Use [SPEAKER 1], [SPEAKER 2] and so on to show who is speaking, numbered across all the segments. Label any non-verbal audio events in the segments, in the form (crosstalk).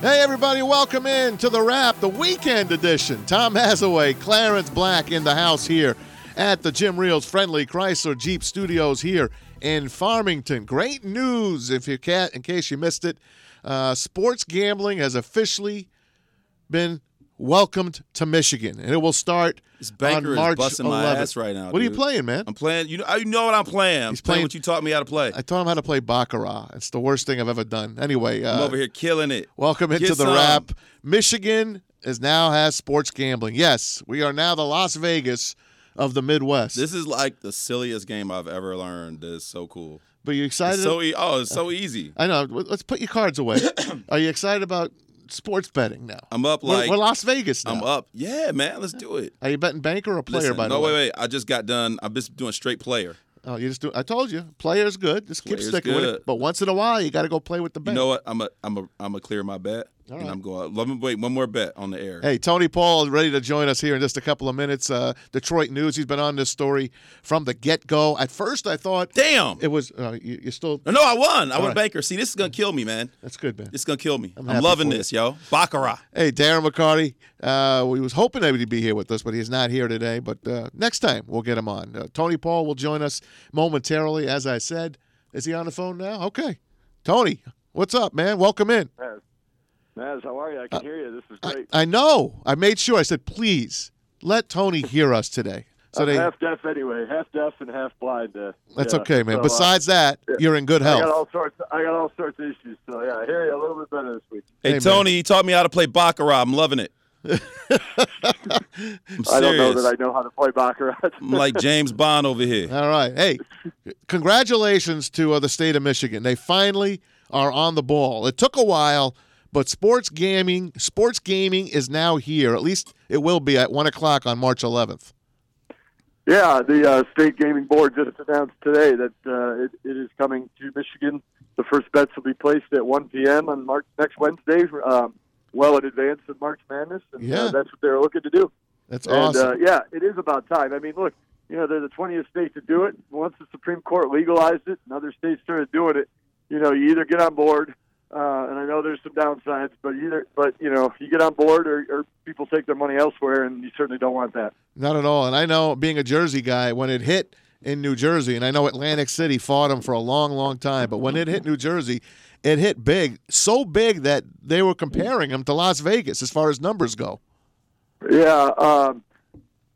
[SPEAKER 1] Hey, everybody, welcome in to the wrap, the weekend edition. Tom Hathaway, Clarence Black in the house here at the Jim Reels Friendly Chrysler Jeep Studios here in Farmington. Great news if you can in case you missed it. Uh, sports gambling has officially been welcomed to Michigan, and it will start
[SPEAKER 2] This
[SPEAKER 1] on
[SPEAKER 2] banker is
[SPEAKER 1] March
[SPEAKER 2] busting
[SPEAKER 1] 11th.
[SPEAKER 2] my ass right now,
[SPEAKER 1] What are you
[SPEAKER 2] dude.
[SPEAKER 1] playing, man?
[SPEAKER 2] I'm playing. You know, you know what I'm playing. I'm
[SPEAKER 1] He's playing-
[SPEAKER 2] playing what you taught me how to play.
[SPEAKER 1] I taught him how to play baccarat. It's the worst thing I've ever done. Anyway, uh,
[SPEAKER 2] I'm over here killing it.
[SPEAKER 1] Welcome into
[SPEAKER 2] Get
[SPEAKER 1] the
[SPEAKER 2] some.
[SPEAKER 1] wrap. Michigan is now has sports gambling. Yes, we are now the Las Vegas of the Midwest.
[SPEAKER 2] This is like the silliest game I've ever learned. That is so cool.
[SPEAKER 1] but you excited?
[SPEAKER 2] It's so e- oh, it's so easy.
[SPEAKER 1] I know. w- Let's put your cards
[SPEAKER 2] (coughs)
[SPEAKER 1] away. are you excited about sports betting now?
[SPEAKER 2] I'm up
[SPEAKER 1] We're-
[SPEAKER 2] like
[SPEAKER 1] we're, Las Vegas now.
[SPEAKER 2] I'm up. Yeah, man, let's do it.
[SPEAKER 1] Are you betting bank or a player?
[SPEAKER 2] Listen,
[SPEAKER 1] by the
[SPEAKER 2] no,
[SPEAKER 1] way,
[SPEAKER 2] wait, wait. I just got done. I'm just doing straight player.
[SPEAKER 1] oh, you just do. I told you, player's good. Just keep
[SPEAKER 2] Player's
[SPEAKER 1] sticking with it.
[SPEAKER 2] good.
[SPEAKER 1] But once in a while, you got to go play with the
[SPEAKER 2] You
[SPEAKER 1] bank.
[SPEAKER 2] know what? I'm a I'm a I'm a clear my bet,
[SPEAKER 1] All
[SPEAKER 2] and
[SPEAKER 1] right.
[SPEAKER 2] I'm going. Let me wait one more bet on the air.
[SPEAKER 1] Hey, Tony Paul is ready to join us here in just a couple of minutes. Uh, Detroit News. He's been on this story from the get go. At first, I thought
[SPEAKER 2] Damn.
[SPEAKER 1] it was uh, you, you still.
[SPEAKER 2] No, no, I won. I won
[SPEAKER 1] right.
[SPEAKER 2] banker. See, this is gonna kill me, man.
[SPEAKER 1] That's good, man.
[SPEAKER 2] This is gonna kill me. I'm,
[SPEAKER 1] happy
[SPEAKER 2] loving
[SPEAKER 1] for you.
[SPEAKER 2] this, yo. Baccarat.
[SPEAKER 1] Hey, Darren McCarty. Uh, we was hoping that he'd be here with us, but he's not here today. But uh, next time we'll get him on. Uh, Tony Paul will join us momentarily. As I said, is he on the phone now? Okay, Tony, what's up, man? Welcome in.
[SPEAKER 3] Maz, Maz, how are you? I can hear you. This is
[SPEAKER 1] Uh, I,
[SPEAKER 3] great.
[SPEAKER 1] I know. I made sure. I said, please let Tony hear us today. So
[SPEAKER 3] I'm
[SPEAKER 1] they,
[SPEAKER 3] half deaf anyway, half deaf and half blind. Uh,
[SPEAKER 1] that's
[SPEAKER 3] yeah.
[SPEAKER 1] okay, man.
[SPEAKER 3] So, uh,
[SPEAKER 1] Besides that, you're in good
[SPEAKER 3] I got
[SPEAKER 1] health.
[SPEAKER 3] all sorts. I got all sorts of issues. So yeah, I hear you a little bit better this week.
[SPEAKER 2] Hey,
[SPEAKER 1] Hey,
[SPEAKER 2] Tony, you taught me how to play baccarat. I'm loving it. I'm serious.
[SPEAKER 3] I don't know that I know how to play baccarat. (laughs)
[SPEAKER 2] am like James Bond over here.
[SPEAKER 1] All right. Hey, congratulations to uh, the state of Michigan. They finally are on the ball. It took a while, but sports gaming, sports gaming is now here. At least it will be at one o'clock on March 11th.
[SPEAKER 3] yeah, the uh, state gaming board just announced today that uh, it, it is coming to Michigan. The first bets will be placed at 1 p.m. on March next Wednesday, um, well in advance of March Madness, and
[SPEAKER 1] Yeah.
[SPEAKER 3] uh, that's what they're looking to do.
[SPEAKER 1] That's
[SPEAKER 3] and,
[SPEAKER 1] awesome.
[SPEAKER 3] Uh, yeah, it is about time. I mean, look, you know, they're the 20th state to do it. Once the Supreme Court legalized it and other states started doing it, you know, you either get on board, uh, and I know there's some downsides, but either, but you know, you get on board or, or people take their money elsewhere, and you certainly don't want that.
[SPEAKER 1] Not at all. And I know, being a Jersey guy, when it hit in New Jersey, and I know Atlantic City fought them for a long, long time, but when it hit New Jersey, it hit big, so big that they were comparing them to Las Vegas as far as numbers go.
[SPEAKER 3] Yeah, um,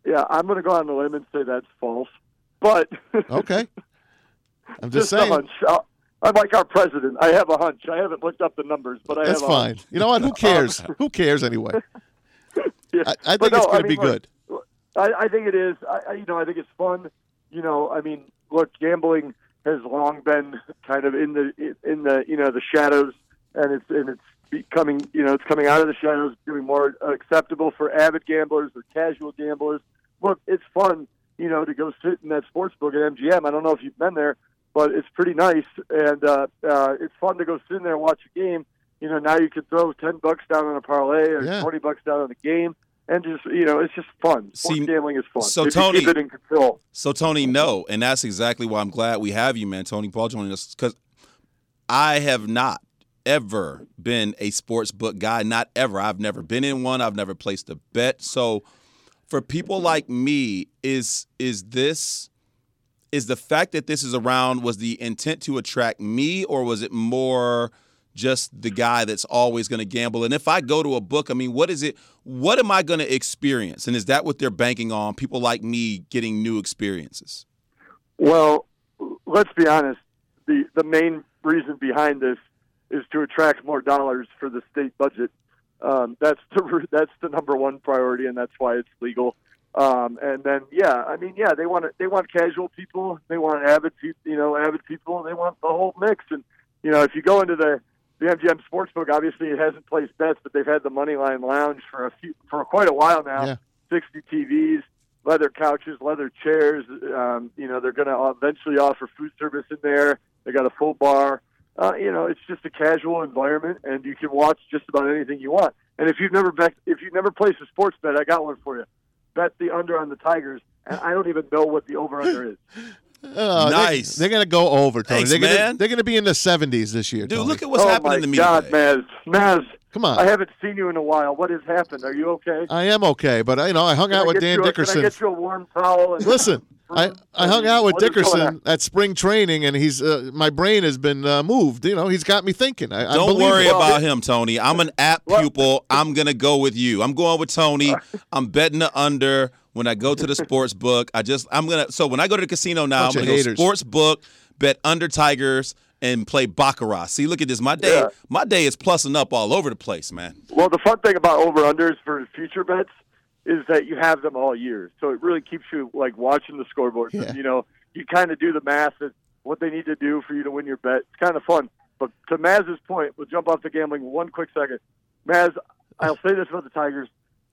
[SPEAKER 3] yeah, I'm going to go on the limb and say that's false, but (laughs)
[SPEAKER 1] Okay. I'm Oh, just,
[SPEAKER 3] just a
[SPEAKER 1] saying.
[SPEAKER 3] hunch. I'll- I'm like our president. I have a hunch. I haven't looked up the numbers, but I
[SPEAKER 1] That's
[SPEAKER 3] have a hunch.
[SPEAKER 1] fine. You know
[SPEAKER 3] (laughs)
[SPEAKER 1] what? Who cares? Who cares anyway?
[SPEAKER 3] Yeah.
[SPEAKER 1] I, I think
[SPEAKER 3] But no,
[SPEAKER 1] it's going to
[SPEAKER 3] I mean,
[SPEAKER 1] be
[SPEAKER 3] look,
[SPEAKER 1] good.
[SPEAKER 3] I, I think it is. I, I, you know, I think it's fun. You know, I mean, look, gambling has long been kind of in the in the you know the shadows, and it's and it's becoming you know it's coming out of the shadows, becoming more acceptable for avid gamblers or casual gamblers. Look, it's fun, you know, to go sit in that sports book at MGM. I don't know if you've been there, but it's pretty nice, and uh, uh, it's fun to go sit in there and watch a game. You know, now you can throw ten bucks down on a parlay or
[SPEAKER 1] Yeah.
[SPEAKER 3] twenty bucks down on a game and just you know, it's just fun. Sports
[SPEAKER 2] See,
[SPEAKER 3] gambling is fun.
[SPEAKER 2] so
[SPEAKER 3] if you
[SPEAKER 2] Tony-
[SPEAKER 3] keep it in control.
[SPEAKER 2] So, Tony, no. And that's exactly why I'm glad we have you, man. Tony Paul joining us because I have not ever been a sports book guy. Not ever. I've never been in one. I've never placed a bet. So, for people like me, is is this is the fact that this is around was the intent to attract me, or was it more just the guy that's always going to gamble? And if I go to a book, I mean, what is it? What am I going to experience? And is that what they're banking on? People like me getting new experiences.
[SPEAKER 3] Well, let's be honest. The the main reason behind this is to attract more dollars for the state budget. Um, that's the (laughs) that's the number one priority, and that's why it's legal. Um, and then, yeah, I mean, yeah, they want they want casual people, they want avid, pe- you know, avid people, they want the whole mix. And you know, if you go into the the MGM Sportsbook, obviously it hasn't placed bets, but they've had the Moneyline Lounge for a few for quite a while now.
[SPEAKER 1] Yeah.
[SPEAKER 3] Sixty TVs, leather couches, leather chairs. Um, you know, they're going to eventually offer food service in there. They got a full bar. Uh, you know, it's just a casual environment, and you can watch just about anything you want. And if you've never bet, if you've never placed a sports bet, I got one for you. Bet the under on the Tigers, and I don't even know what the over under is.
[SPEAKER 1] Uh, they-
[SPEAKER 2] Nice.
[SPEAKER 1] They're gonna go over, Tony.
[SPEAKER 2] Thanks,
[SPEAKER 1] they're, gonna,
[SPEAKER 2] man.
[SPEAKER 1] they're gonna be in the 70s this year,
[SPEAKER 2] Dude,
[SPEAKER 1] Tony.
[SPEAKER 2] look at what's
[SPEAKER 3] oh
[SPEAKER 2] happening
[SPEAKER 3] my
[SPEAKER 2] in the media.
[SPEAKER 3] God, Maz, Maz,
[SPEAKER 1] Come on.
[SPEAKER 3] I haven't seen you in a while. What has happened? Are you okay?
[SPEAKER 1] I am okay, but I, you know I hung
[SPEAKER 3] Can I
[SPEAKER 1] out with
[SPEAKER 3] get
[SPEAKER 1] Dan
[SPEAKER 3] you a- Can
[SPEAKER 1] Dickerson.
[SPEAKER 3] I get Uh-huh. you a warm towel? And,
[SPEAKER 1] Listen, I, I hung out with
[SPEAKER 3] What is going
[SPEAKER 1] Dickerson
[SPEAKER 3] on?
[SPEAKER 1] at spring training, and he's uh, my brain has been uh, moved. You know, he's got me thinking. I, I
[SPEAKER 2] Don't
[SPEAKER 1] believe
[SPEAKER 2] worry
[SPEAKER 1] it.
[SPEAKER 2] about him, Tony. I'm an app
[SPEAKER 3] Well- Uh,
[SPEAKER 2] pupil. I'm gonna go with you. I'm going with Tony. I'm betting the under when I go to the sports book. I just I'm gonna so when I go to the casino now,
[SPEAKER 1] Bunch
[SPEAKER 2] I'm
[SPEAKER 1] of
[SPEAKER 2] gonna go
[SPEAKER 1] haters.
[SPEAKER 2] sports book, bet under Tigers, and play baccarat. See, look at this. My day,
[SPEAKER 3] Yeah.
[SPEAKER 2] my day is plusing up all over the place, man.
[SPEAKER 3] well, the fun thing about over unders for future bets is that you have them all year, so it really keeps you like watching the scoreboard.
[SPEAKER 1] Yeah.
[SPEAKER 3] You know, you kind of do the math of what they need to do for you to win your bet. It's kind of fun. But to Maz's point, we'll jump off the gambling one quick second. Maz, I'll say this about the Tigers.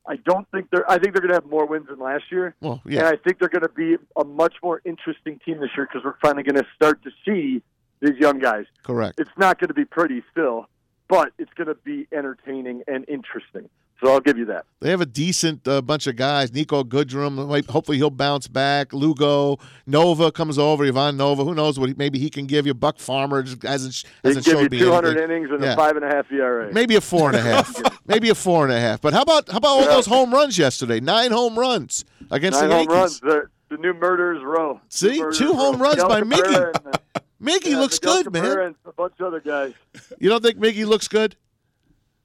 [SPEAKER 3] I don't think they're. I think they're going to have more wins than last year.
[SPEAKER 1] Well,
[SPEAKER 3] And
[SPEAKER 1] yeah,
[SPEAKER 3] I think they're going to be a much more interesting team this year because we're finally going to start to see these young guys.
[SPEAKER 1] correct.
[SPEAKER 3] It's not going to be pretty still, but it's going to be entertaining and interesting. So I'll give you that.
[SPEAKER 1] They have a decent uh, bunch of guys. Nico Goodrum, like, hopefully he'll bounce back. Lugo, Nova comes over. Ivan Nova, who knows what he, maybe he can give you. Buck Farmer just hasn't sh-
[SPEAKER 3] They
[SPEAKER 1] hasn't
[SPEAKER 3] give
[SPEAKER 1] showed me
[SPEAKER 3] you 200
[SPEAKER 1] anything.
[SPEAKER 3] innings and
[SPEAKER 1] Yeah.
[SPEAKER 3] a five and a half ERA.
[SPEAKER 1] Maybe a four and a
[SPEAKER 3] (laughs)
[SPEAKER 1] half. maybe a four and a half. But how about how about all
[SPEAKER 3] Yeah.
[SPEAKER 1] those home runs yesterday? Nine home runs against
[SPEAKER 3] Nine
[SPEAKER 1] the
[SPEAKER 3] home
[SPEAKER 1] Yankees.
[SPEAKER 3] runs. The, the new murderers row.
[SPEAKER 1] See?
[SPEAKER 3] New murderers
[SPEAKER 1] Two home
[SPEAKER 3] row.
[SPEAKER 1] runs
[SPEAKER 3] Miguel
[SPEAKER 1] by Mickey.
[SPEAKER 3] Cabrera and, uh,
[SPEAKER 1] Mickey
[SPEAKER 3] yeah,
[SPEAKER 1] looks
[SPEAKER 3] Miguel
[SPEAKER 1] good,
[SPEAKER 3] Cabrera
[SPEAKER 1] man.
[SPEAKER 3] And a bunch of other guys.
[SPEAKER 1] You don't think Mickey looks good?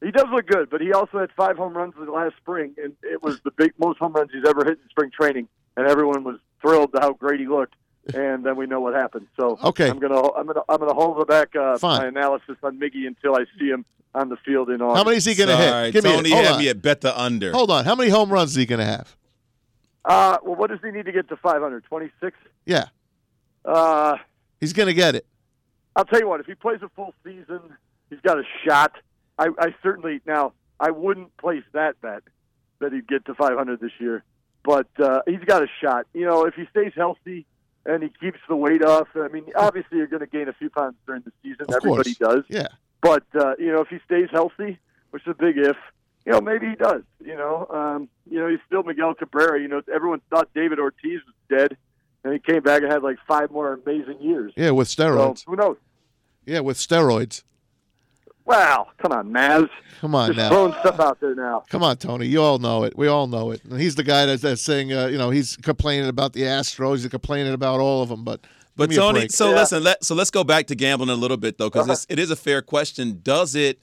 [SPEAKER 3] He does look good, but he also had five home runs last spring, and it was the big most home runs he's ever hit in spring training. And everyone was thrilled to how great he looked. And then we know what happened. So
[SPEAKER 1] Okay.
[SPEAKER 3] I'm gonna I'm gonna I'm gonna hold back uh,
[SPEAKER 1] Fine.
[SPEAKER 3] my analysis on Miggy until I see him on the field in August.
[SPEAKER 1] How many is he going to
[SPEAKER 2] Sorry,
[SPEAKER 1] hit? Give
[SPEAKER 2] Tony
[SPEAKER 1] me it.
[SPEAKER 2] had
[SPEAKER 1] Hold on.
[SPEAKER 2] me at bet the under.
[SPEAKER 1] Hold on. How many home runs is he going to have?
[SPEAKER 3] Uh, well, what does he need to get to 500? 26.
[SPEAKER 1] Yeah,
[SPEAKER 3] Uh,
[SPEAKER 1] he's going to get it.
[SPEAKER 3] I'll tell you what. If he plays a full season, he's got a shot. I, I certainly now I wouldn't place that bet that he'd get to 500 this year, but uh, he's got a shot. You know, if he stays healthy and he keeps the weight off. I mean, obviously you're going to gain a few pounds during the season.
[SPEAKER 1] Of
[SPEAKER 3] Everybody does.
[SPEAKER 1] Yeah.
[SPEAKER 3] But uh, you know, if he stays healthy, which is a big if, you know, maybe he does. You know, um, you know, he's still Miguel Cabrera. You know, everyone thought David Ortiz was dead, and he came back and had like five more amazing years.
[SPEAKER 1] Yeah, with
[SPEAKER 3] So
[SPEAKER 1] steroids.
[SPEAKER 3] who knows?
[SPEAKER 1] Yeah, with steroids.
[SPEAKER 3] Wow, come on, Maz,
[SPEAKER 1] Come on
[SPEAKER 3] just
[SPEAKER 1] now.
[SPEAKER 3] throwing stuff out there now.
[SPEAKER 1] Come on, Tony. You all know it. We all know it. And he's the guy that's, that's saying, uh, you know, he's complaining about the Astros. He's complaining about all of them. But, give
[SPEAKER 2] But
[SPEAKER 1] me a
[SPEAKER 2] Tony,
[SPEAKER 1] break.
[SPEAKER 2] so
[SPEAKER 3] Yeah.
[SPEAKER 2] listen, let so let's go back to gambling a little bit though, because it is a fair question. Does it?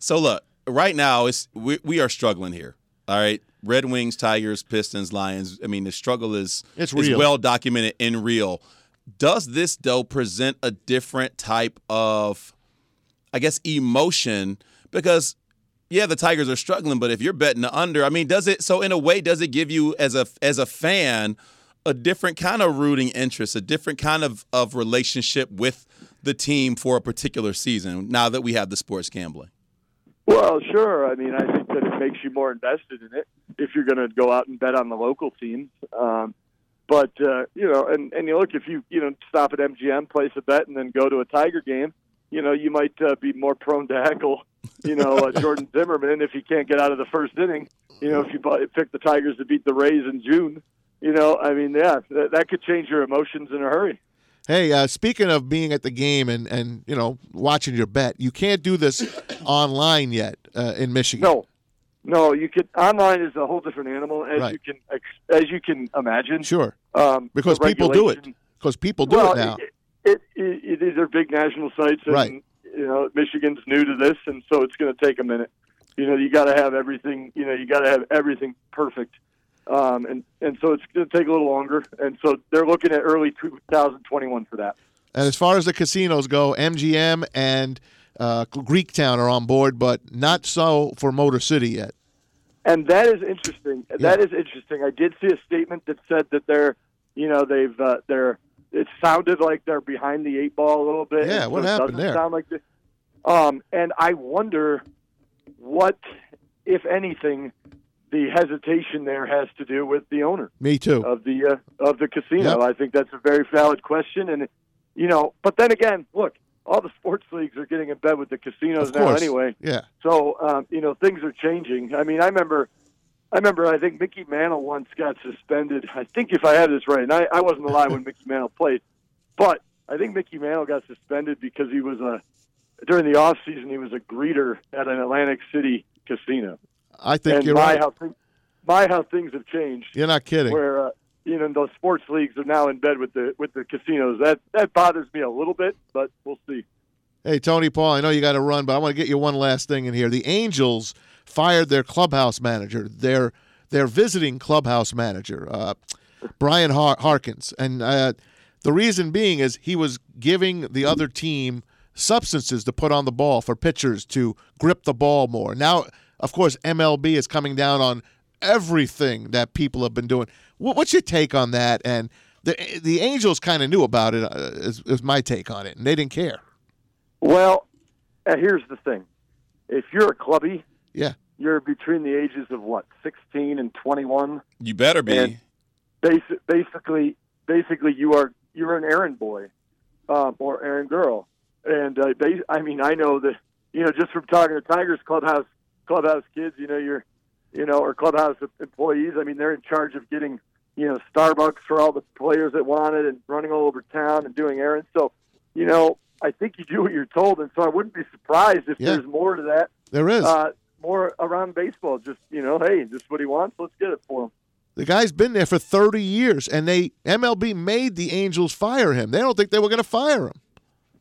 [SPEAKER 2] So look, right now it's we, we are struggling here. All right, Red Wings, Tigers, Pistons, Lions. I mean, the struggle is
[SPEAKER 1] It's
[SPEAKER 2] is
[SPEAKER 1] real.
[SPEAKER 2] well documented and real. Does this though present a different type of, I guess, emotion? Because yeah, the Tigers are struggling, but if you're betting the under, I mean, does it? So in a way, does it give you as a as a fan a different kind of rooting interest, a different kind of of relationship with the team for a particular season? Now that we have the sports gambling,
[SPEAKER 3] Well, sure. I mean, I think that it makes you more invested in it if you're going to go out and bet on the local teams. Um, but uh, you know, and and you look if you you know stop at MGM, place a bet, and then go to a Tiger game, you know, you might uh, be more prone to heckle, you know, uh, Jordan Zimmerman if he can't get out of the first inning. You know, if you bu- pick the Tigers to beat the Rays in June, you know, I mean, yeah, that, that could change your emotions in a hurry.
[SPEAKER 1] Hey, uh, speaking of being at the game and, and, you know, watching your bet, you can't do
[SPEAKER 3] (laughs)
[SPEAKER 1] this online yet uh, in Michigan.
[SPEAKER 3] No, no, you could. Online is a whole different animal, as
[SPEAKER 1] Right.
[SPEAKER 3] you can as you can imagine.
[SPEAKER 1] Sure.
[SPEAKER 3] um,
[SPEAKER 1] Because
[SPEAKER 3] the
[SPEAKER 1] people do it.
[SPEAKER 3] regulation-
[SPEAKER 1] Because people do
[SPEAKER 3] well,
[SPEAKER 1] it now.
[SPEAKER 3] It, it, it, these are big national sites, and
[SPEAKER 1] Right.
[SPEAKER 3] you know Michigan's new to this, and so it's going to take a minute. You know, you got to have everything. You know, you got to have everything perfect, um, and and so it's going to take a little longer. And so they're looking at early 2021 for that.
[SPEAKER 1] And as far as the casinos go, MGM and uh, Greek Town are on board, but not so for Motor City yet.
[SPEAKER 3] And that is interesting. That is interesting. I did see a statement that said that they're, you know, they've uh, they're. It sounded like they're behind the eight ball a little bit.
[SPEAKER 1] Yeah,
[SPEAKER 3] and
[SPEAKER 1] what
[SPEAKER 3] so it
[SPEAKER 1] happened
[SPEAKER 3] doesn't
[SPEAKER 1] there?
[SPEAKER 3] Sound like this. Um, and I wonder what, if anything, the hesitation there has to do with the owner
[SPEAKER 1] Me too.
[SPEAKER 3] of the uh, of the casino.
[SPEAKER 1] Yep.
[SPEAKER 3] I think that's a very valid question, and you know, but then again, look, all the sports leagues are getting in bed with the casinos
[SPEAKER 1] Of
[SPEAKER 3] now
[SPEAKER 1] course.
[SPEAKER 3] anyway.
[SPEAKER 1] yeah.
[SPEAKER 3] So um, you know things are changing. I mean, I remember I remember I think Mickey Mantle once got suspended. I think if I have this right, and I, I wasn't alive when Mickey Mantle played, but I think Mickey Mantle got suspended because he was a during the off season he was a greeter at an Atlantic City casino.
[SPEAKER 1] I think
[SPEAKER 3] and
[SPEAKER 1] you're
[SPEAKER 3] my
[SPEAKER 1] right.
[SPEAKER 3] how thi- my how things have changed.
[SPEAKER 1] You're not kidding.
[SPEAKER 3] Where uh, you know those sports leagues are now in bed with the with the casinos. That that bothers me a little bit, but we'll see.
[SPEAKER 1] Hey, Tony Paul, I know you got to run, but I want to get you one last thing in here. The Angels fired their clubhouse manager, their their visiting clubhouse manager, uh, Brian Har- Harkins, and uh, the reason being is he was giving the other team substances to put on the ball for pitchers to grip the ball more. Now, of course, MLB is coming down on everything that people have been doing. What, what's your take on that? And the the Angels kind of knew about it, uh, is, is my take on it, and they didn't care.
[SPEAKER 3] Well, uh, here's the thing: if you're a clubby,
[SPEAKER 1] Yeah.
[SPEAKER 3] you're between the ages of what, 16 and 21.
[SPEAKER 2] You better be.
[SPEAKER 3] And- Basi- basically, basically, you are you're an errand boy um, or errand girl, and uh, they, I mean, I know that you know just from talking to Tigers clubhouse clubhouse kids, you know, you're you know, or clubhouse employees. I mean, they're in charge of getting you know Starbucks for all the players that want it and running all over town and doing errands. So, you know, I think you do what you're told, and so I wouldn't be surprised if
[SPEAKER 1] Yeah.
[SPEAKER 3] there's more to that
[SPEAKER 1] There is.
[SPEAKER 3] uh, more around baseball. Just you know, hey, this is what he wants. Let's get it for him.
[SPEAKER 1] the guy's been there for 30 years, and they MLB made the Angels fire him. They don't think they were going to fire him.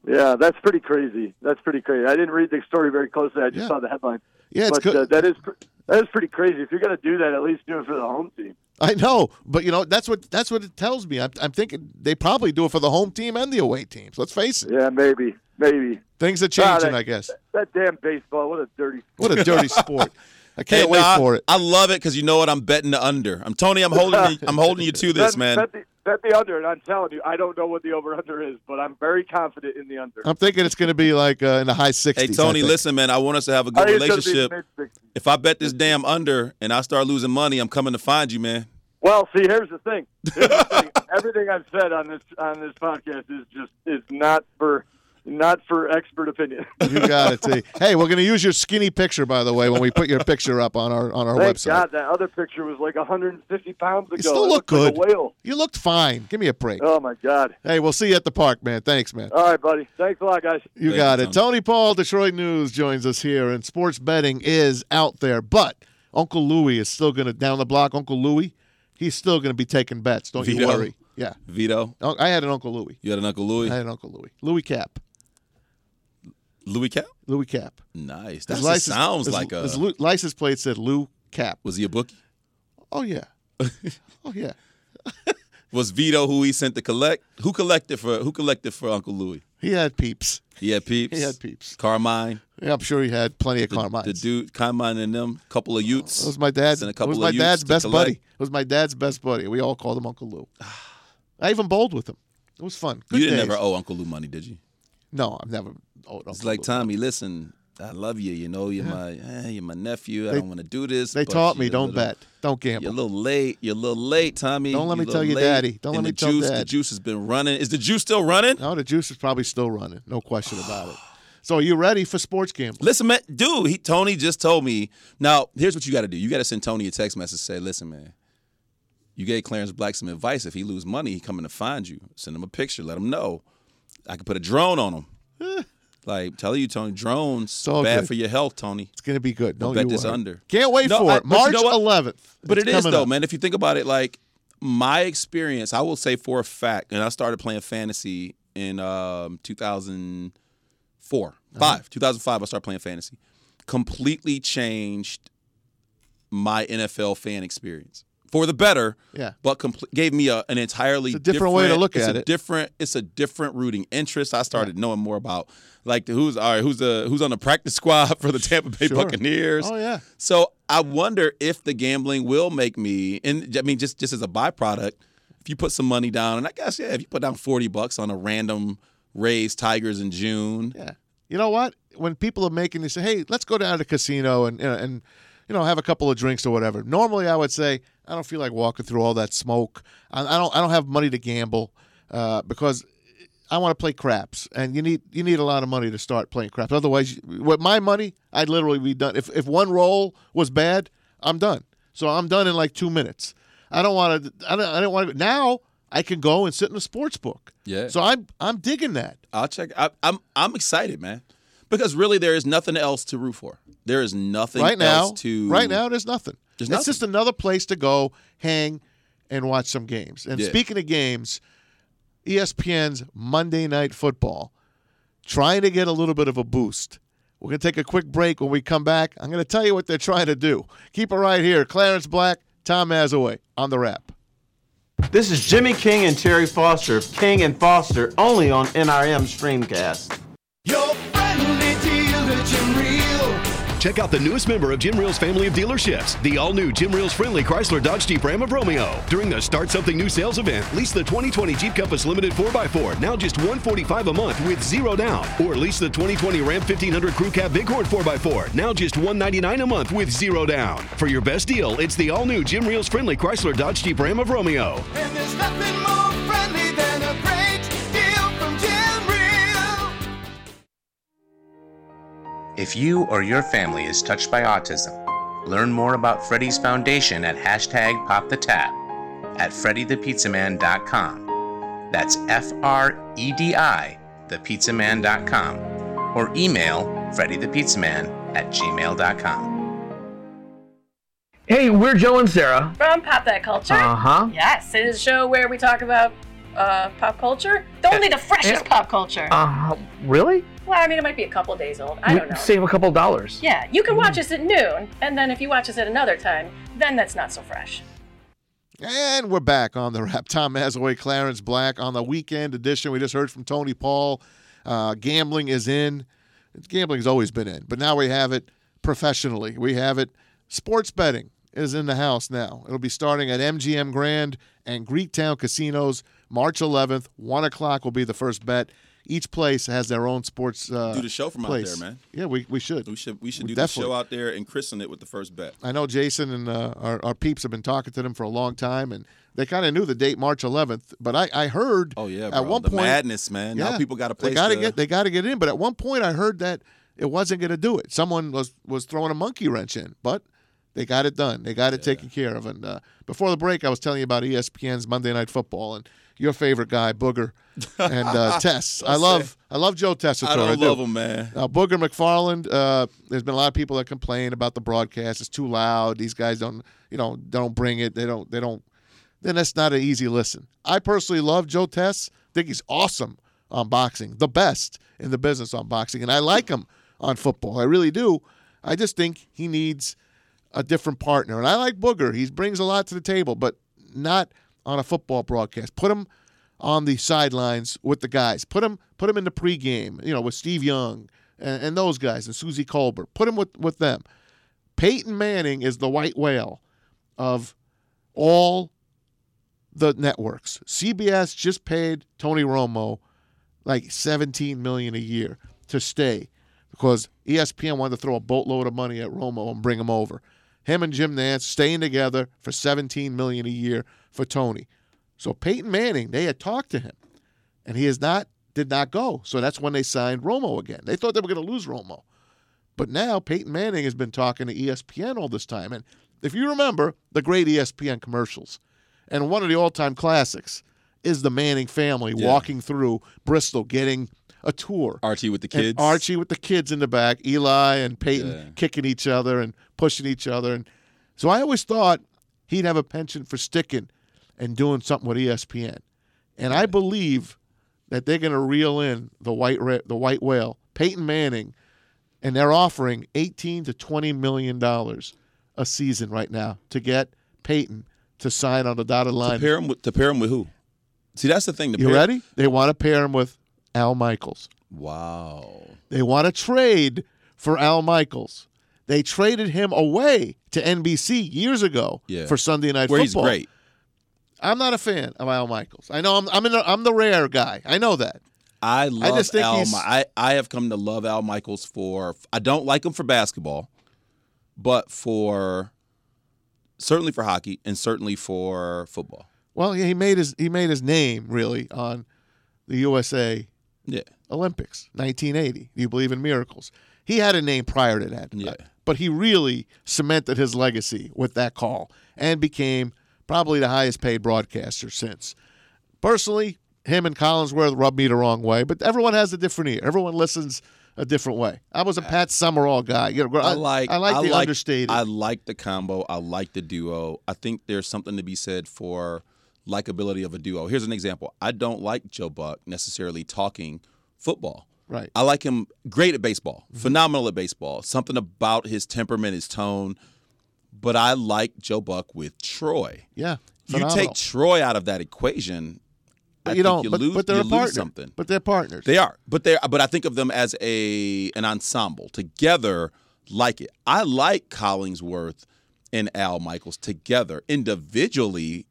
[SPEAKER 3] Yeah, that's pretty crazy. That's pretty crazy. I didn't read the story very closely. I just
[SPEAKER 1] Yeah.
[SPEAKER 3] saw the headline.
[SPEAKER 1] Yeah, it's
[SPEAKER 3] but
[SPEAKER 1] good.
[SPEAKER 3] Uh, that is pr- that is pretty crazy. If you're going to do that, at least do it for the home team.
[SPEAKER 1] (laughs) I know, but you know that's what that's what it tells me. I'm, I'm thinking they probably do it for the home team and the away teams. Let's face it,
[SPEAKER 3] Yeah, maybe, maybe.
[SPEAKER 1] things are changing.
[SPEAKER 3] they-
[SPEAKER 1] I guess.
[SPEAKER 3] That damn baseball. What a dirty.
[SPEAKER 1] What a
[SPEAKER 3] (laughs)
[SPEAKER 1] dirty sport! I can't
[SPEAKER 2] Hey,
[SPEAKER 1] wait
[SPEAKER 2] no, I-
[SPEAKER 1] for it.
[SPEAKER 2] I love it because you know what? I'm betting the under. I'm Tony. I'm holding. you, I'm holding you
[SPEAKER 1] (laughs)
[SPEAKER 2] to this,
[SPEAKER 3] bet,
[SPEAKER 2] man.
[SPEAKER 3] Bet the, bet the under, and I'm telling you, I don't know what the over under is, but I'm very confident in the under.
[SPEAKER 1] I'm thinking it's going to be like uh, in the high 60s.
[SPEAKER 2] Hey,
[SPEAKER 1] I
[SPEAKER 2] Tony.
[SPEAKER 1] think.
[SPEAKER 2] Listen, man. I want us to have a
[SPEAKER 3] I
[SPEAKER 2] good
[SPEAKER 3] think it's gonna be
[SPEAKER 2] relationship.
[SPEAKER 3] the mid-sixties.
[SPEAKER 2] If I bet this damn under and I start losing money, I'm coming to find you, man.
[SPEAKER 3] Well, see, here's the thing. Here's the thing. Everything I've said on this on this podcast is just is not for not for expert opinion.
[SPEAKER 1] you got it.
[SPEAKER 2] (laughs)
[SPEAKER 1] T. Hey, we're going to use your skinny picture by the way when we put your picture up on our on our
[SPEAKER 3] Thank
[SPEAKER 1] website.
[SPEAKER 3] God that other picture was like 150 pounds ago.
[SPEAKER 1] You still
[SPEAKER 3] It
[SPEAKER 1] look
[SPEAKER 3] looked like
[SPEAKER 1] good.
[SPEAKER 3] a whale.
[SPEAKER 1] You looked fine. Give me a break.
[SPEAKER 3] Oh my God!
[SPEAKER 1] Hey, we'll see you at the park, man. Thanks, man.
[SPEAKER 3] All right, buddy. Thanks a lot, guys.
[SPEAKER 1] You
[SPEAKER 2] Thank
[SPEAKER 1] got
[SPEAKER 2] you,
[SPEAKER 1] it. Tony Paul, Detroit News, joins us here, and sports betting is out there. But Uncle Louie is still going to, down the block, Uncle Louie, he's still going to be taking bets. Don't you
[SPEAKER 2] Vito.
[SPEAKER 1] worry. Yeah.
[SPEAKER 2] Vito,
[SPEAKER 1] Un- I had an Uncle Louie.
[SPEAKER 2] you had an Uncle Louis.
[SPEAKER 1] I had an Uncle Louie. Louie Cap.
[SPEAKER 2] Louis Cap.
[SPEAKER 1] Louie Cap. His
[SPEAKER 2] Nice. That
[SPEAKER 1] license-
[SPEAKER 2] sounds
[SPEAKER 1] his-
[SPEAKER 2] like a.
[SPEAKER 1] His lu- license plate said Lou Cap.
[SPEAKER 2] was he a bookie?
[SPEAKER 1] Oh,
[SPEAKER 2] (laughs)
[SPEAKER 1] yeah. oh, yeah.
[SPEAKER 2] Was Vito who he sent to collect? Who collected for? Who collected for Uncle Louis?
[SPEAKER 1] He had peeps.
[SPEAKER 2] He had peeps.
[SPEAKER 1] He had peeps.
[SPEAKER 2] Carmine.
[SPEAKER 1] Yeah, I'm sure he had plenty of Carmine.
[SPEAKER 2] The dude, Carmine and them, couple of
[SPEAKER 1] It
[SPEAKER 2] Utes.
[SPEAKER 1] Oh, was my dad's.
[SPEAKER 2] Send a
[SPEAKER 1] It
[SPEAKER 2] couple
[SPEAKER 1] was
[SPEAKER 2] of
[SPEAKER 1] my
[SPEAKER 2] youths
[SPEAKER 1] dad's
[SPEAKER 2] to
[SPEAKER 1] best
[SPEAKER 2] collect.
[SPEAKER 1] buddy. It was my dad's best buddy. We all called him Uncle Lou. (sighs) I even bowled with him. It was fun. Good
[SPEAKER 2] You didn't
[SPEAKER 1] days.
[SPEAKER 2] ever owe Uncle Lou money, did you?
[SPEAKER 1] No, I've never. Oh, Uncle
[SPEAKER 2] It's like
[SPEAKER 1] Lou.
[SPEAKER 2] Tommy. Listen, I love you. You know, you're my, eh, you're my nephew. I
[SPEAKER 1] They-
[SPEAKER 2] don't want to do this.
[SPEAKER 1] They
[SPEAKER 2] but
[SPEAKER 1] taught me
[SPEAKER 2] you're a
[SPEAKER 1] don't
[SPEAKER 2] little-
[SPEAKER 1] bet, don't
[SPEAKER 2] You're a
[SPEAKER 1] gamble.
[SPEAKER 2] little late. You're a little late, Tommy.
[SPEAKER 1] Don't let
[SPEAKER 2] You're
[SPEAKER 1] me
[SPEAKER 2] a
[SPEAKER 1] tell
[SPEAKER 2] little
[SPEAKER 1] you,
[SPEAKER 2] late.
[SPEAKER 1] Daddy. Don't let
[SPEAKER 2] And
[SPEAKER 1] me
[SPEAKER 2] the
[SPEAKER 1] tell
[SPEAKER 2] juice, The
[SPEAKER 1] Dad.
[SPEAKER 2] juice has been running. Is the juice still running?
[SPEAKER 1] No, the juice is probably still running. No question about
[SPEAKER 2] (sighs)
[SPEAKER 1] it. So, are you ready for sports gambling?
[SPEAKER 2] Listen, man, dude. He Tony just told me. Now, here's what you got to do. You got to send Tony a text message. Say, listen, man. You gave Clarence Black some advice. If he lose money, he coming to find you. Send him a picture. Let him know. I could put a drone on him.
[SPEAKER 1] (laughs)
[SPEAKER 2] like tell you, Tony. Drones
[SPEAKER 1] all
[SPEAKER 2] bad
[SPEAKER 1] good.
[SPEAKER 2] for your health, Tony.
[SPEAKER 1] It's going to be good. Don't
[SPEAKER 2] bet
[SPEAKER 1] you
[SPEAKER 2] this
[SPEAKER 1] worry.
[SPEAKER 2] under.
[SPEAKER 1] Can't wait
[SPEAKER 2] No,
[SPEAKER 1] for
[SPEAKER 2] I-
[SPEAKER 1] it.
[SPEAKER 2] but you
[SPEAKER 1] March
[SPEAKER 2] know what?
[SPEAKER 1] 11th.
[SPEAKER 2] But
[SPEAKER 1] it's
[SPEAKER 2] it is
[SPEAKER 1] coming
[SPEAKER 2] though,
[SPEAKER 1] up.
[SPEAKER 2] man. If you think about it, like my experience, I will say for a fact, and I started playing fantasy in um, 2004,
[SPEAKER 1] Uh-huh.
[SPEAKER 2] five, 2005. I started playing fantasy. Completely changed my NFL fan experience for the better.
[SPEAKER 1] Yeah.
[SPEAKER 2] but compl- gave me a, an entirely
[SPEAKER 1] It's a different way to look
[SPEAKER 2] it's
[SPEAKER 1] at
[SPEAKER 2] a
[SPEAKER 1] it.
[SPEAKER 2] Different. It's a different rooting interest. I started knowing more about like who's all right, who's the who's on the practice squad (laughs) for the Tampa Bay
[SPEAKER 1] Sure.
[SPEAKER 2] Buccaneers.
[SPEAKER 1] Oh yeah.
[SPEAKER 2] So I wonder if the gambling will make me, and I mean, just just as a byproduct, if you put some money down, and I guess yeah, if you put down forty bucks on a random Rays Tigers in June,
[SPEAKER 1] Yeah. You know what? When people are making this, hey, let's go down to the casino and you know, and you know have a couple of drinks or whatever. Normally, I would say I don't feel like walking through all that smoke. I, I don't. I don't have money to gamble uh, because I want to play craps, and you need you need a lot of money to start playing craps. Otherwise, you- with my money, I'd literally be done. If if one roll was bad, I'm done. so I'm done in like two minutes. I don't want to. I don't. I don't want to. Now I can go and sit in a sports book.
[SPEAKER 2] Yeah.
[SPEAKER 1] So I'm I'm digging that.
[SPEAKER 2] I'll check. I, I'm I'm excited, man, because really there is nothing else to root for. There is nothing
[SPEAKER 1] right now,
[SPEAKER 2] else to
[SPEAKER 1] right now, there's nothing.
[SPEAKER 2] There's
[SPEAKER 1] it's
[SPEAKER 2] nothing.
[SPEAKER 1] just another place to go hang and watch some games. And
[SPEAKER 2] Yeah.
[SPEAKER 1] speaking of games, E ESPN's Monday Night Football trying to get a little bit of a boost. We're going to take a quick break. When we come back, I'm going to tell you what they're trying to do. Keep it right here. Clarence Black, Tom Azaway on the wrap.
[SPEAKER 4] This is Jimmy King and Terry Foster of King and Foster only on NRM Streamcast.
[SPEAKER 5] Your friendly dealer, Jim Reel.
[SPEAKER 6] Check out the newest member of Jim Reel's family of dealerships, the all new Jim Reel's friendly Chrysler Dodge Jeep Ram of Romeo. During the Start Something New sales event, lease the 2020 Jeep Compass Limited 4x4, now just $145 a month with zero down. Or lease the 2020 Ram 1500 Crew Cab Bighorn 4x4, now just $199 a month with zero down. For your best deal, it's the all new Jim Reel's friendly Chrysler Dodge Jeep Ram of Romeo.
[SPEAKER 5] And there's nothing more friendly than a great deal from Jim Reel.
[SPEAKER 7] If you or your family is touched by autism, learn more about Freddy's Foundation at hashtag pop the tab at freddythepizzaman.com. That's F R E D I, thepizzaman.com, or email freddythepizzaman at gmail.com.
[SPEAKER 8] Hey, we're Joe and Sarah. Uh-huh.
[SPEAKER 9] from Pop That Culture.
[SPEAKER 8] huh.
[SPEAKER 9] Yes, it is a show where we talk about uh, pop culture. The only the freshest pop culture.
[SPEAKER 8] Uh huh. Really?
[SPEAKER 9] well, I mean, it might be a couple days old. I
[SPEAKER 8] we
[SPEAKER 9] don't know.
[SPEAKER 8] Save a couple dollars.
[SPEAKER 9] Yeah, you can watch us at noon, and then if you watch us at another time, then that's not so fresh.
[SPEAKER 1] And we're back on the (laughs) wrap. Tom Mazaway, Clarence Black on the weekend edition. We just heard from Tony Paul. Uh, gambling is in. Gambling's always been in, but now we have it professionally. We have it. Sports betting is in the house now. It'll be starting at MGM Grand and Greektown Casinos March 11th. One o'clock will be the first bet. Each place has their own sports. Uh,
[SPEAKER 2] Do the show from out
[SPEAKER 1] place.
[SPEAKER 2] there, man.
[SPEAKER 1] Yeah, we, we should.
[SPEAKER 2] We should we should
[SPEAKER 1] We
[SPEAKER 2] do the
[SPEAKER 1] definitely-
[SPEAKER 2] show out there and christen it with the first bet.
[SPEAKER 1] I know Jason and uh, our, our peeps have been talking to them for a long time, and they kind of knew the date, March 11th. But I, I heard
[SPEAKER 2] Oh yeah,
[SPEAKER 1] at
[SPEAKER 2] bro.
[SPEAKER 1] one
[SPEAKER 2] the
[SPEAKER 1] point,
[SPEAKER 2] madness, man.
[SPEAKER 1] yeah,
[SPEAKER 2] now people got a place.
[SPEAKER 1] They gotta
[SPEAKER 2] to,
[SPEAKER 1] get they got to get in. But at one point, I heard that it wasn't going to do it. Someone was was throwing a monkey wrench in, but they got it done. They got it taken care of. And uh, before the break, I was telling you about E ESPN's Monday Night Football and your favorite guy, Booger, and
[SPEAKER 2] (laughs)
[SPEAKER 1] uh, Tess. I love I love Joe Tessitore.
[SPEAKER 2] I don't
[SPEAKER 1] do.
[SPEAKER 2] love them, man.
[SPEAKER 1] Uh, Booger McFarland, uh, there's been a lot of people that complain about the broadcast. It's too loud. These guys don't, you know, don't bring it. They don't. They don't. Then that's not an easy listen. I personally love Joe Tess. Think he's awesome on boxing, the best in the business on boxing, and I like him on football. I really do. I just think he needs a different partner, and I like Booger. He brings a lot to the table, but not on a football broadcast. Put him on the sidelines with the guys. Put him put him in the pregame, you know, with Steve Young and, and those guys and Susie Colbert. Put him with, with them. Peyton Manning is the white whale of all the networks. CBS just paid Tony Romo like 17 million a year to stay because E ESPN wanted to throw a boatload of money at Romo and bring him over. Him and Jim Nance staying together for 17 million a year for Tony. So Peyton Manning, they had talked to him, and he has not did not go. So that's when they signed Romo again. They thought they were going to lose Romo. But now Peyton Manning has been talking to E ESPN all this time. And if you remember the great E ESPN commercials, and one of the all time classics is the Manning family walking through Bristol getting a tour.
[SPEAKER 2] Archie with the
[SPEAKER 1] And
[SPEAKER 2] kids.
[SPEAKER 1] Archie with the kids in the back, Eli and Peyton
[SPEAKER 2] Yeah.
[SPEAKER 1] kicking each other and pushing each other. And so I always thought he'd have a penchant for sticking and doing something with E ESPN. And I believe that they're going to reel in the white ra- the white whale, Peyton Manning, and they're offering 18 to 20 million dollars a season right now to get Peyton to sign on the dotted
[SPEAKER 2] to
[SPEAKER 1] line.
[SPEAKER 2] pair them with to pair 'em with who? See, that's the thing. To
[SPEAKER 1] you
[SPEAKER 2] pair-
[SPEAKER 1] ready? They want to pair him with Al Michaels.
[SPEAKER 2] Wow.
[SPEAKER 1] They want to trade for Al Michaels. They traded him away to NBC years ago
[SPEAKER 2] Yeah.
[SPEAKER 1] for Sunday Night
[SPEAKER 2] Where he's
[SPEAKER 1] Football.
[SPEAKER 2] great.
[SPEAKER 1] I'm not a fan of Al Michaels. I know I'm I'm, in the, I'm the rare guy. I know that.
[SPEAKER 2] I love
[SPEAKER 1] just think
[SPEAKER 2] Al.
[SPEAKER 1] he's-
[SPEAKER 2] Mi- I I have come to love Al Michaels for. I don't like him for basketball, but for certainly for hockey and certainly for football.
[SPEAKER 1] Well, he made his he made his name really on the USA
[SPEAKER 2] Yeah,
[SPEAKER 1] Olympics, 1980. Do you believe in miracles? He had a name prior to that.
[SPEAKER 2] Yeah.
[SPEAKER 1] But he really cemented his legacy with that call and became probably the highest paid broadcaster since. Personally, him and Collinsworth rubbed me the wrong way, but everyone has a different ear. Everyone listens a different way. I was a Pat Summerall guy. You know,
[SPEAKER 2] I like
[SPEAKER 1] I like the understated.
[SPEAKER 2] I like the combo. I like the duo. I think there's something to be said for likability of a duo. Here's an example. I don't like Joe Buck necessarily talking football.
[SPEAKER 1] Right.
[SPEAKER 2] I like him great at baseball.
[SPEAKER 1] Mm-hmm.
[SPEAKER 2] Phenomenal at baseball. Something about his temperament, his tone. But I like Joe Buck with Troy.
[SPEAKER 1] yeah.
[SPEAKER 2] You
[SPEAKER 1] phenomenal.
[SPEAKER 2] take Troy out of that equation,
[SPEAKER 1] But
[SPEAKER 2] I
[SPEAKER 1] you
[SPEAKER 2] think
[SPEAKER 1] don't.
[SPEAKER 2] you
[SPEAKER 1] but,
[SPEAKER 2] lose,
[SPEAKER 1] but they're
[SPEAKER 2] you
[SPEAKER 1] a
[SPEAKER 2] lose
[SPEAKER 1] partner.
[SPEAKER 2] something.
[SPEAKER 1] But they're partners.
[SPEAKER 2] They are, but they are, but I think of them as a an ensemble together. Like it, I like Collingsworth and Al Michaels together. Individually,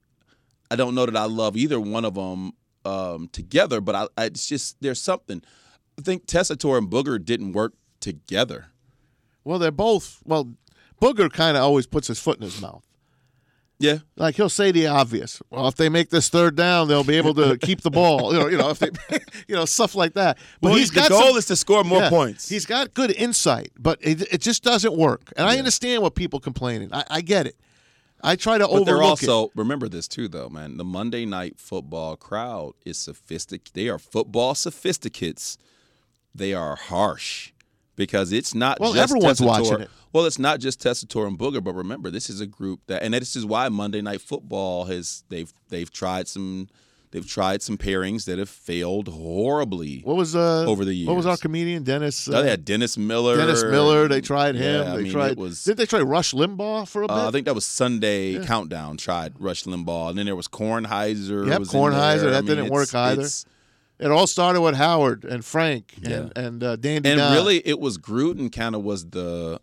[SPEAKER 2] I don't know that I love either one of them um, together, but I, I, it's just there's something. I think Tessitore and Booger didn't work together.
[SPEAKER 1] well, they're both. Well, Booger kind of always puts his foot in his mouth.
[SPEAKER 2] Yeah,
[SPEAKER 1] Like he'll say the obvious. Well, if they make this third down, they'll be able
[SPEAKER 2] (laughs)
[SPEAKER 1] to keep the ball. You know, you know, if they, (laughs) you know, stuff like that. But
[SPEAKER 2] well,
[SPEAKER 1] he's
[SPEAKER 2] the
[SPEAKER 1] got
[SPEAKER 2] goal
[SPEAKER 1] some,
[SPEAKER 2] is to score more
[SPEAKER 1] yeah,
[SPEAKER 2] points.
[SPEAKER 1] He's got good insight, but it, it just doesn't work. And I understand what people complaining. I, I get it. I try to
[SPEAKER 2] But
[SPEAKER 1] overlook
[SPEAKER 2] they're
[SPEAKER 1] it.
[SPEAKER 2] also remember this too, though, man. The Monday night football crowd is sophistic. They are football sophisticates. They are harsh because it's not
[SPEAKER 1] Well,
[SPEAKER 2] just
[SPEAKER 1] everyone's
[SPEAKER 2] Tessitore-
[SPEAKER 1] watching it.
[SPEAKER 2] Well, it's not just Tessitore and Booger, but remember, this is a group that, and this is why Monday night football has they've they've tried some they've tried some pairings that have failed horribly.
[SPEAKER 1] what was uh
[SPEAKER 2] over the
[SPEAKER 1] What was our
[SPEAKER 2] years.
[SPEAKER 1] comedian Dennis?
[SPEAKER 2] Now
[SPEAKER 1] uh,
[SPEAKER 2] they had Dennis Miller.
[SPEAKER 1] Dennis Miller. They tried him.
[SPEAKER 2] Yeah, I
[SPEAKER 1] they
[SPEAKER 2] mean, it
[SPEAKER 1] tried.
[SPEAKER 2] was-
[SPEAKER 1] did they try Rush Limbaugh for a bit?
[SPEAKER 2] Uh, I think that was Sunday Countdown tried Rush Limbaugh, and then there was Kornheiser.
[SPEAKER 1] Yep,
[SPEAKER 2] was in
[SPEAKER 1] Kornheiser,
[SPEAKER 2] there.
[SPEAKER 1] that
[SPEAKER 2] I mean,
[SPEAKER 1] didn't work
[SPEAKER 2] it's-
[SPEAKER 1] either.
[SPEAKER 2] it's-
[SPEAKER 1] it all started with Howard and Frank and and uh, Dandy.
[SPEAKER 2] And
[SPEAKER 1] Don.
[SPEAKER 2] really, it was Gruden. Kind of was the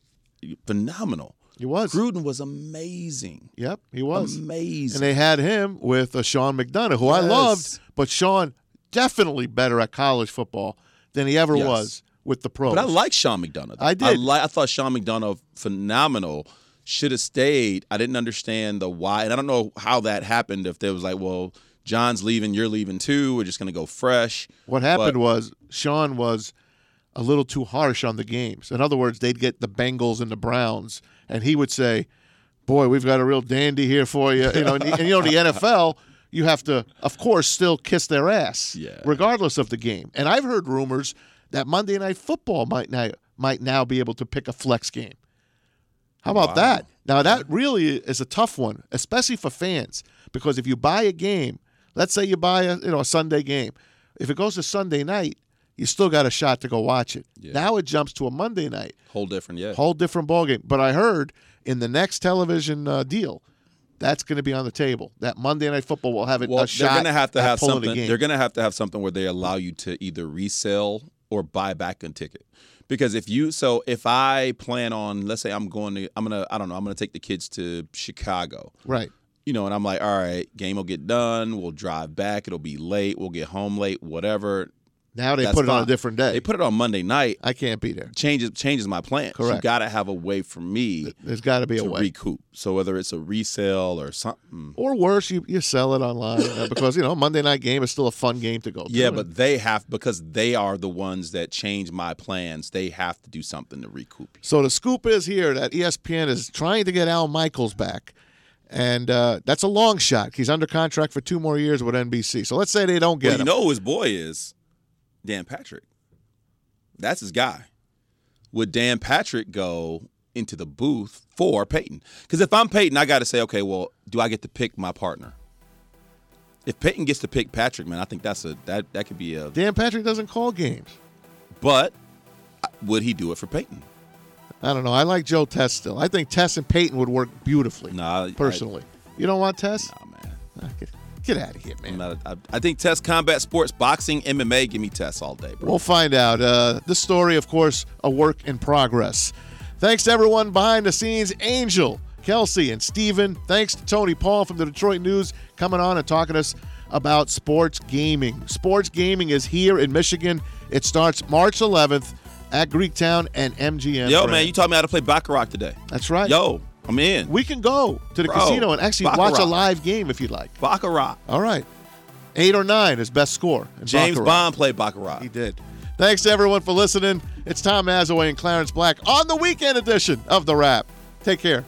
[SPEAKER 2] phenomenal.
[SPEAKER 1] he was.
[SPEAKER 2] Gruden was amazing,
[SPEAKER 1] Yep, he was.
[SPEAKER 2] amazing.
[SPEAKER 1] And they had him with uh, Sean McDonough, who I
[SPEAKER 2] Yes.
[SPEAKER 1] loved, but Sean definitely better at college football than he ever
[SPEAKER 2] Yes.
[SPEAKER 1] was with the pros.
[SPEAKER 2] but I like Sean McDonough. though.
[SPEAKER 1] I
[SPEAKER 2] I,
[SPEAKER 1] did.
[SPEAKER 2] li- I thought Sean McDonough phenomenal. Should have stayed. I didn't understand the why, and I don't know how that happened. If there was like, well, John's leaving, you're leaving too. We're just gonna go fresh.
[SPEAKER 1] What happened was Sean was a little too harsh on the games. In other words, they'd get the Bengals and the Browns, and he would say, "Boy, we've got a real dandy here for you." You know, and, and you know the NFL, you have to, of course, still kiss their ass,
[SPEAKER 2] Yeah.
[SPEAKER 1] regardless of the game. And I've heard rumors that Monday Night Football might now might now be able to pick a flex game. How about that? Now that really is a tough one, especially for fans, because if you buy a game, let's say you buy a you know a Sunday game, if it goes to Sunday night, you still got a shot to go watch it. Now it jumps to a Monday night,
[SPEAKER 2] Whole different, yeah.
[SPEAKER 1] whole different ballgame. But I heard in the next television uh, deal, that's going to be on the table. That Monday night football will have it.
[SPEAKER 2] well,
[SPEAKER 1] a shot
[SPEAKER 2] Uh, they're going to have to
[SPEAKER 1] at
[SPEAKER 2] have
[SPEAKER 1] pulling
[SPEAKER 2] something.
[SPEAKER 1] A game.
[SPEAKER 2] They're going to have to have something where they allow you to either resell or buy back a ticket. Because if you so if I plan on let's say I'm going to I'm gonna I don't know I'm gonna take the kids to Chicago
[SPEAKER 1] right.
[SPEAKER 2] you know, and I'm like, all right, game will get done. We'll drive back. It'll be late. We'll get home late. Whatever.
[SPEAKER 1] Now they
[SPEAKER 2] That's
[SPEAKER 1] put it on a
[SPEAKER 2] fine.
[SPEAKER 1] different day.
[SPEAKER 2] They put it on Monday night.
[SPEAKER 1] I can't be there.
[SPEAKER 2] Changes changes my plan. You
[SPEAKER 1] Correct.
[SPEAKER 2] got to have a way for me
[SPEAKER 1] There's got to be a
[SPEAKER 2] to
[SPEAKER 1] way.
[SPEAKER 2] recoup. So whether it's a resale or something,
[SPEAKER 1] Or worse, you, you sell it online uh,
[SPEAKER 2] (laughs)
[SPEAKER 1] because you know Monday night game is still a fun game to go. to.
[SPEAKER 2] Yeah, but they have because they are the ones that change my plans. They have to do something to recoup.
[SPEAKER 1] so the scoop is here that E ESPN is trying to get Al Michaels back, and uh, that's a long shot. He's under contract for two more years with NBC. So let's say they don't get
[SPEAKER 2] well, you
[SPEAKER 1] him.
[SPEAKER 2] know who his boy is Dan Patrick. That's his guy. Would Dan Patrick go into the booth for Peyton? Because if I'm Peyton, I got to say, okay, well, do I get to pick my partner? If Peyton gets to pick Patrick, man, I think that's a that that could be a.
[SPEAKER 1] Dan Patrick doesn't call games.
[SPEAKER 2] But would he do it for Peyton?
[SPEAKER 1] I don't know. I like Joe Tess still. I think Tess and Peyton would work beautifully.
[SPEAKER 2] Nah, I-
[SPEAKER 1] personally, you don't want Tess?
[SPEAKER 2] Oh man,
[SPEAKER 1] Ah, Get, get out of here, man.
[SPEAKER 2] I'm not a, I, I think Test Combat Sports, boxing, MMA, give me Test all day, bro.
[SPEAKER 1] We'll find out. Uh, this story, of course, a work in progress. Thanks to everyone behind the scenes Angel, Kelsey, and Steven. Thanks to Tony Paul from the Detroit News coming on and talking to us about sports gaming. Sports gaming is here in Michigan. It starts March 11th at Greektown and MGM.
[SPEAKER 2] Yo,
[SPEAKER 1] Grand.
[SPEAKER 2] man, you taught me how to play Baccarat today.
[SPEAKER 1] That's right.
[SPEAKER 2] Yo, I'm in.
[SPEAKER 1] We can go to the
[SPEAKER 2] Bro,
[SPEAKER 1] casino and actually watch a
[SPEAKER 2] Baccarat.
[SPEAKER 1] live game if you'd like.
[SPEAKER 2] Baccarat.
[SPEAKER 1] All right. Eight or nine is best score. in
[SPEAKER 2] James
[SPEAKER 1] Baccarat.
[SPEAKER 2] Bond played Baccarat.
[SPEAKER 1] He did. Thanks to everyone for listening. It's Tom Azaway and Clarence Black on the weekend edition of The Wrap. Take care.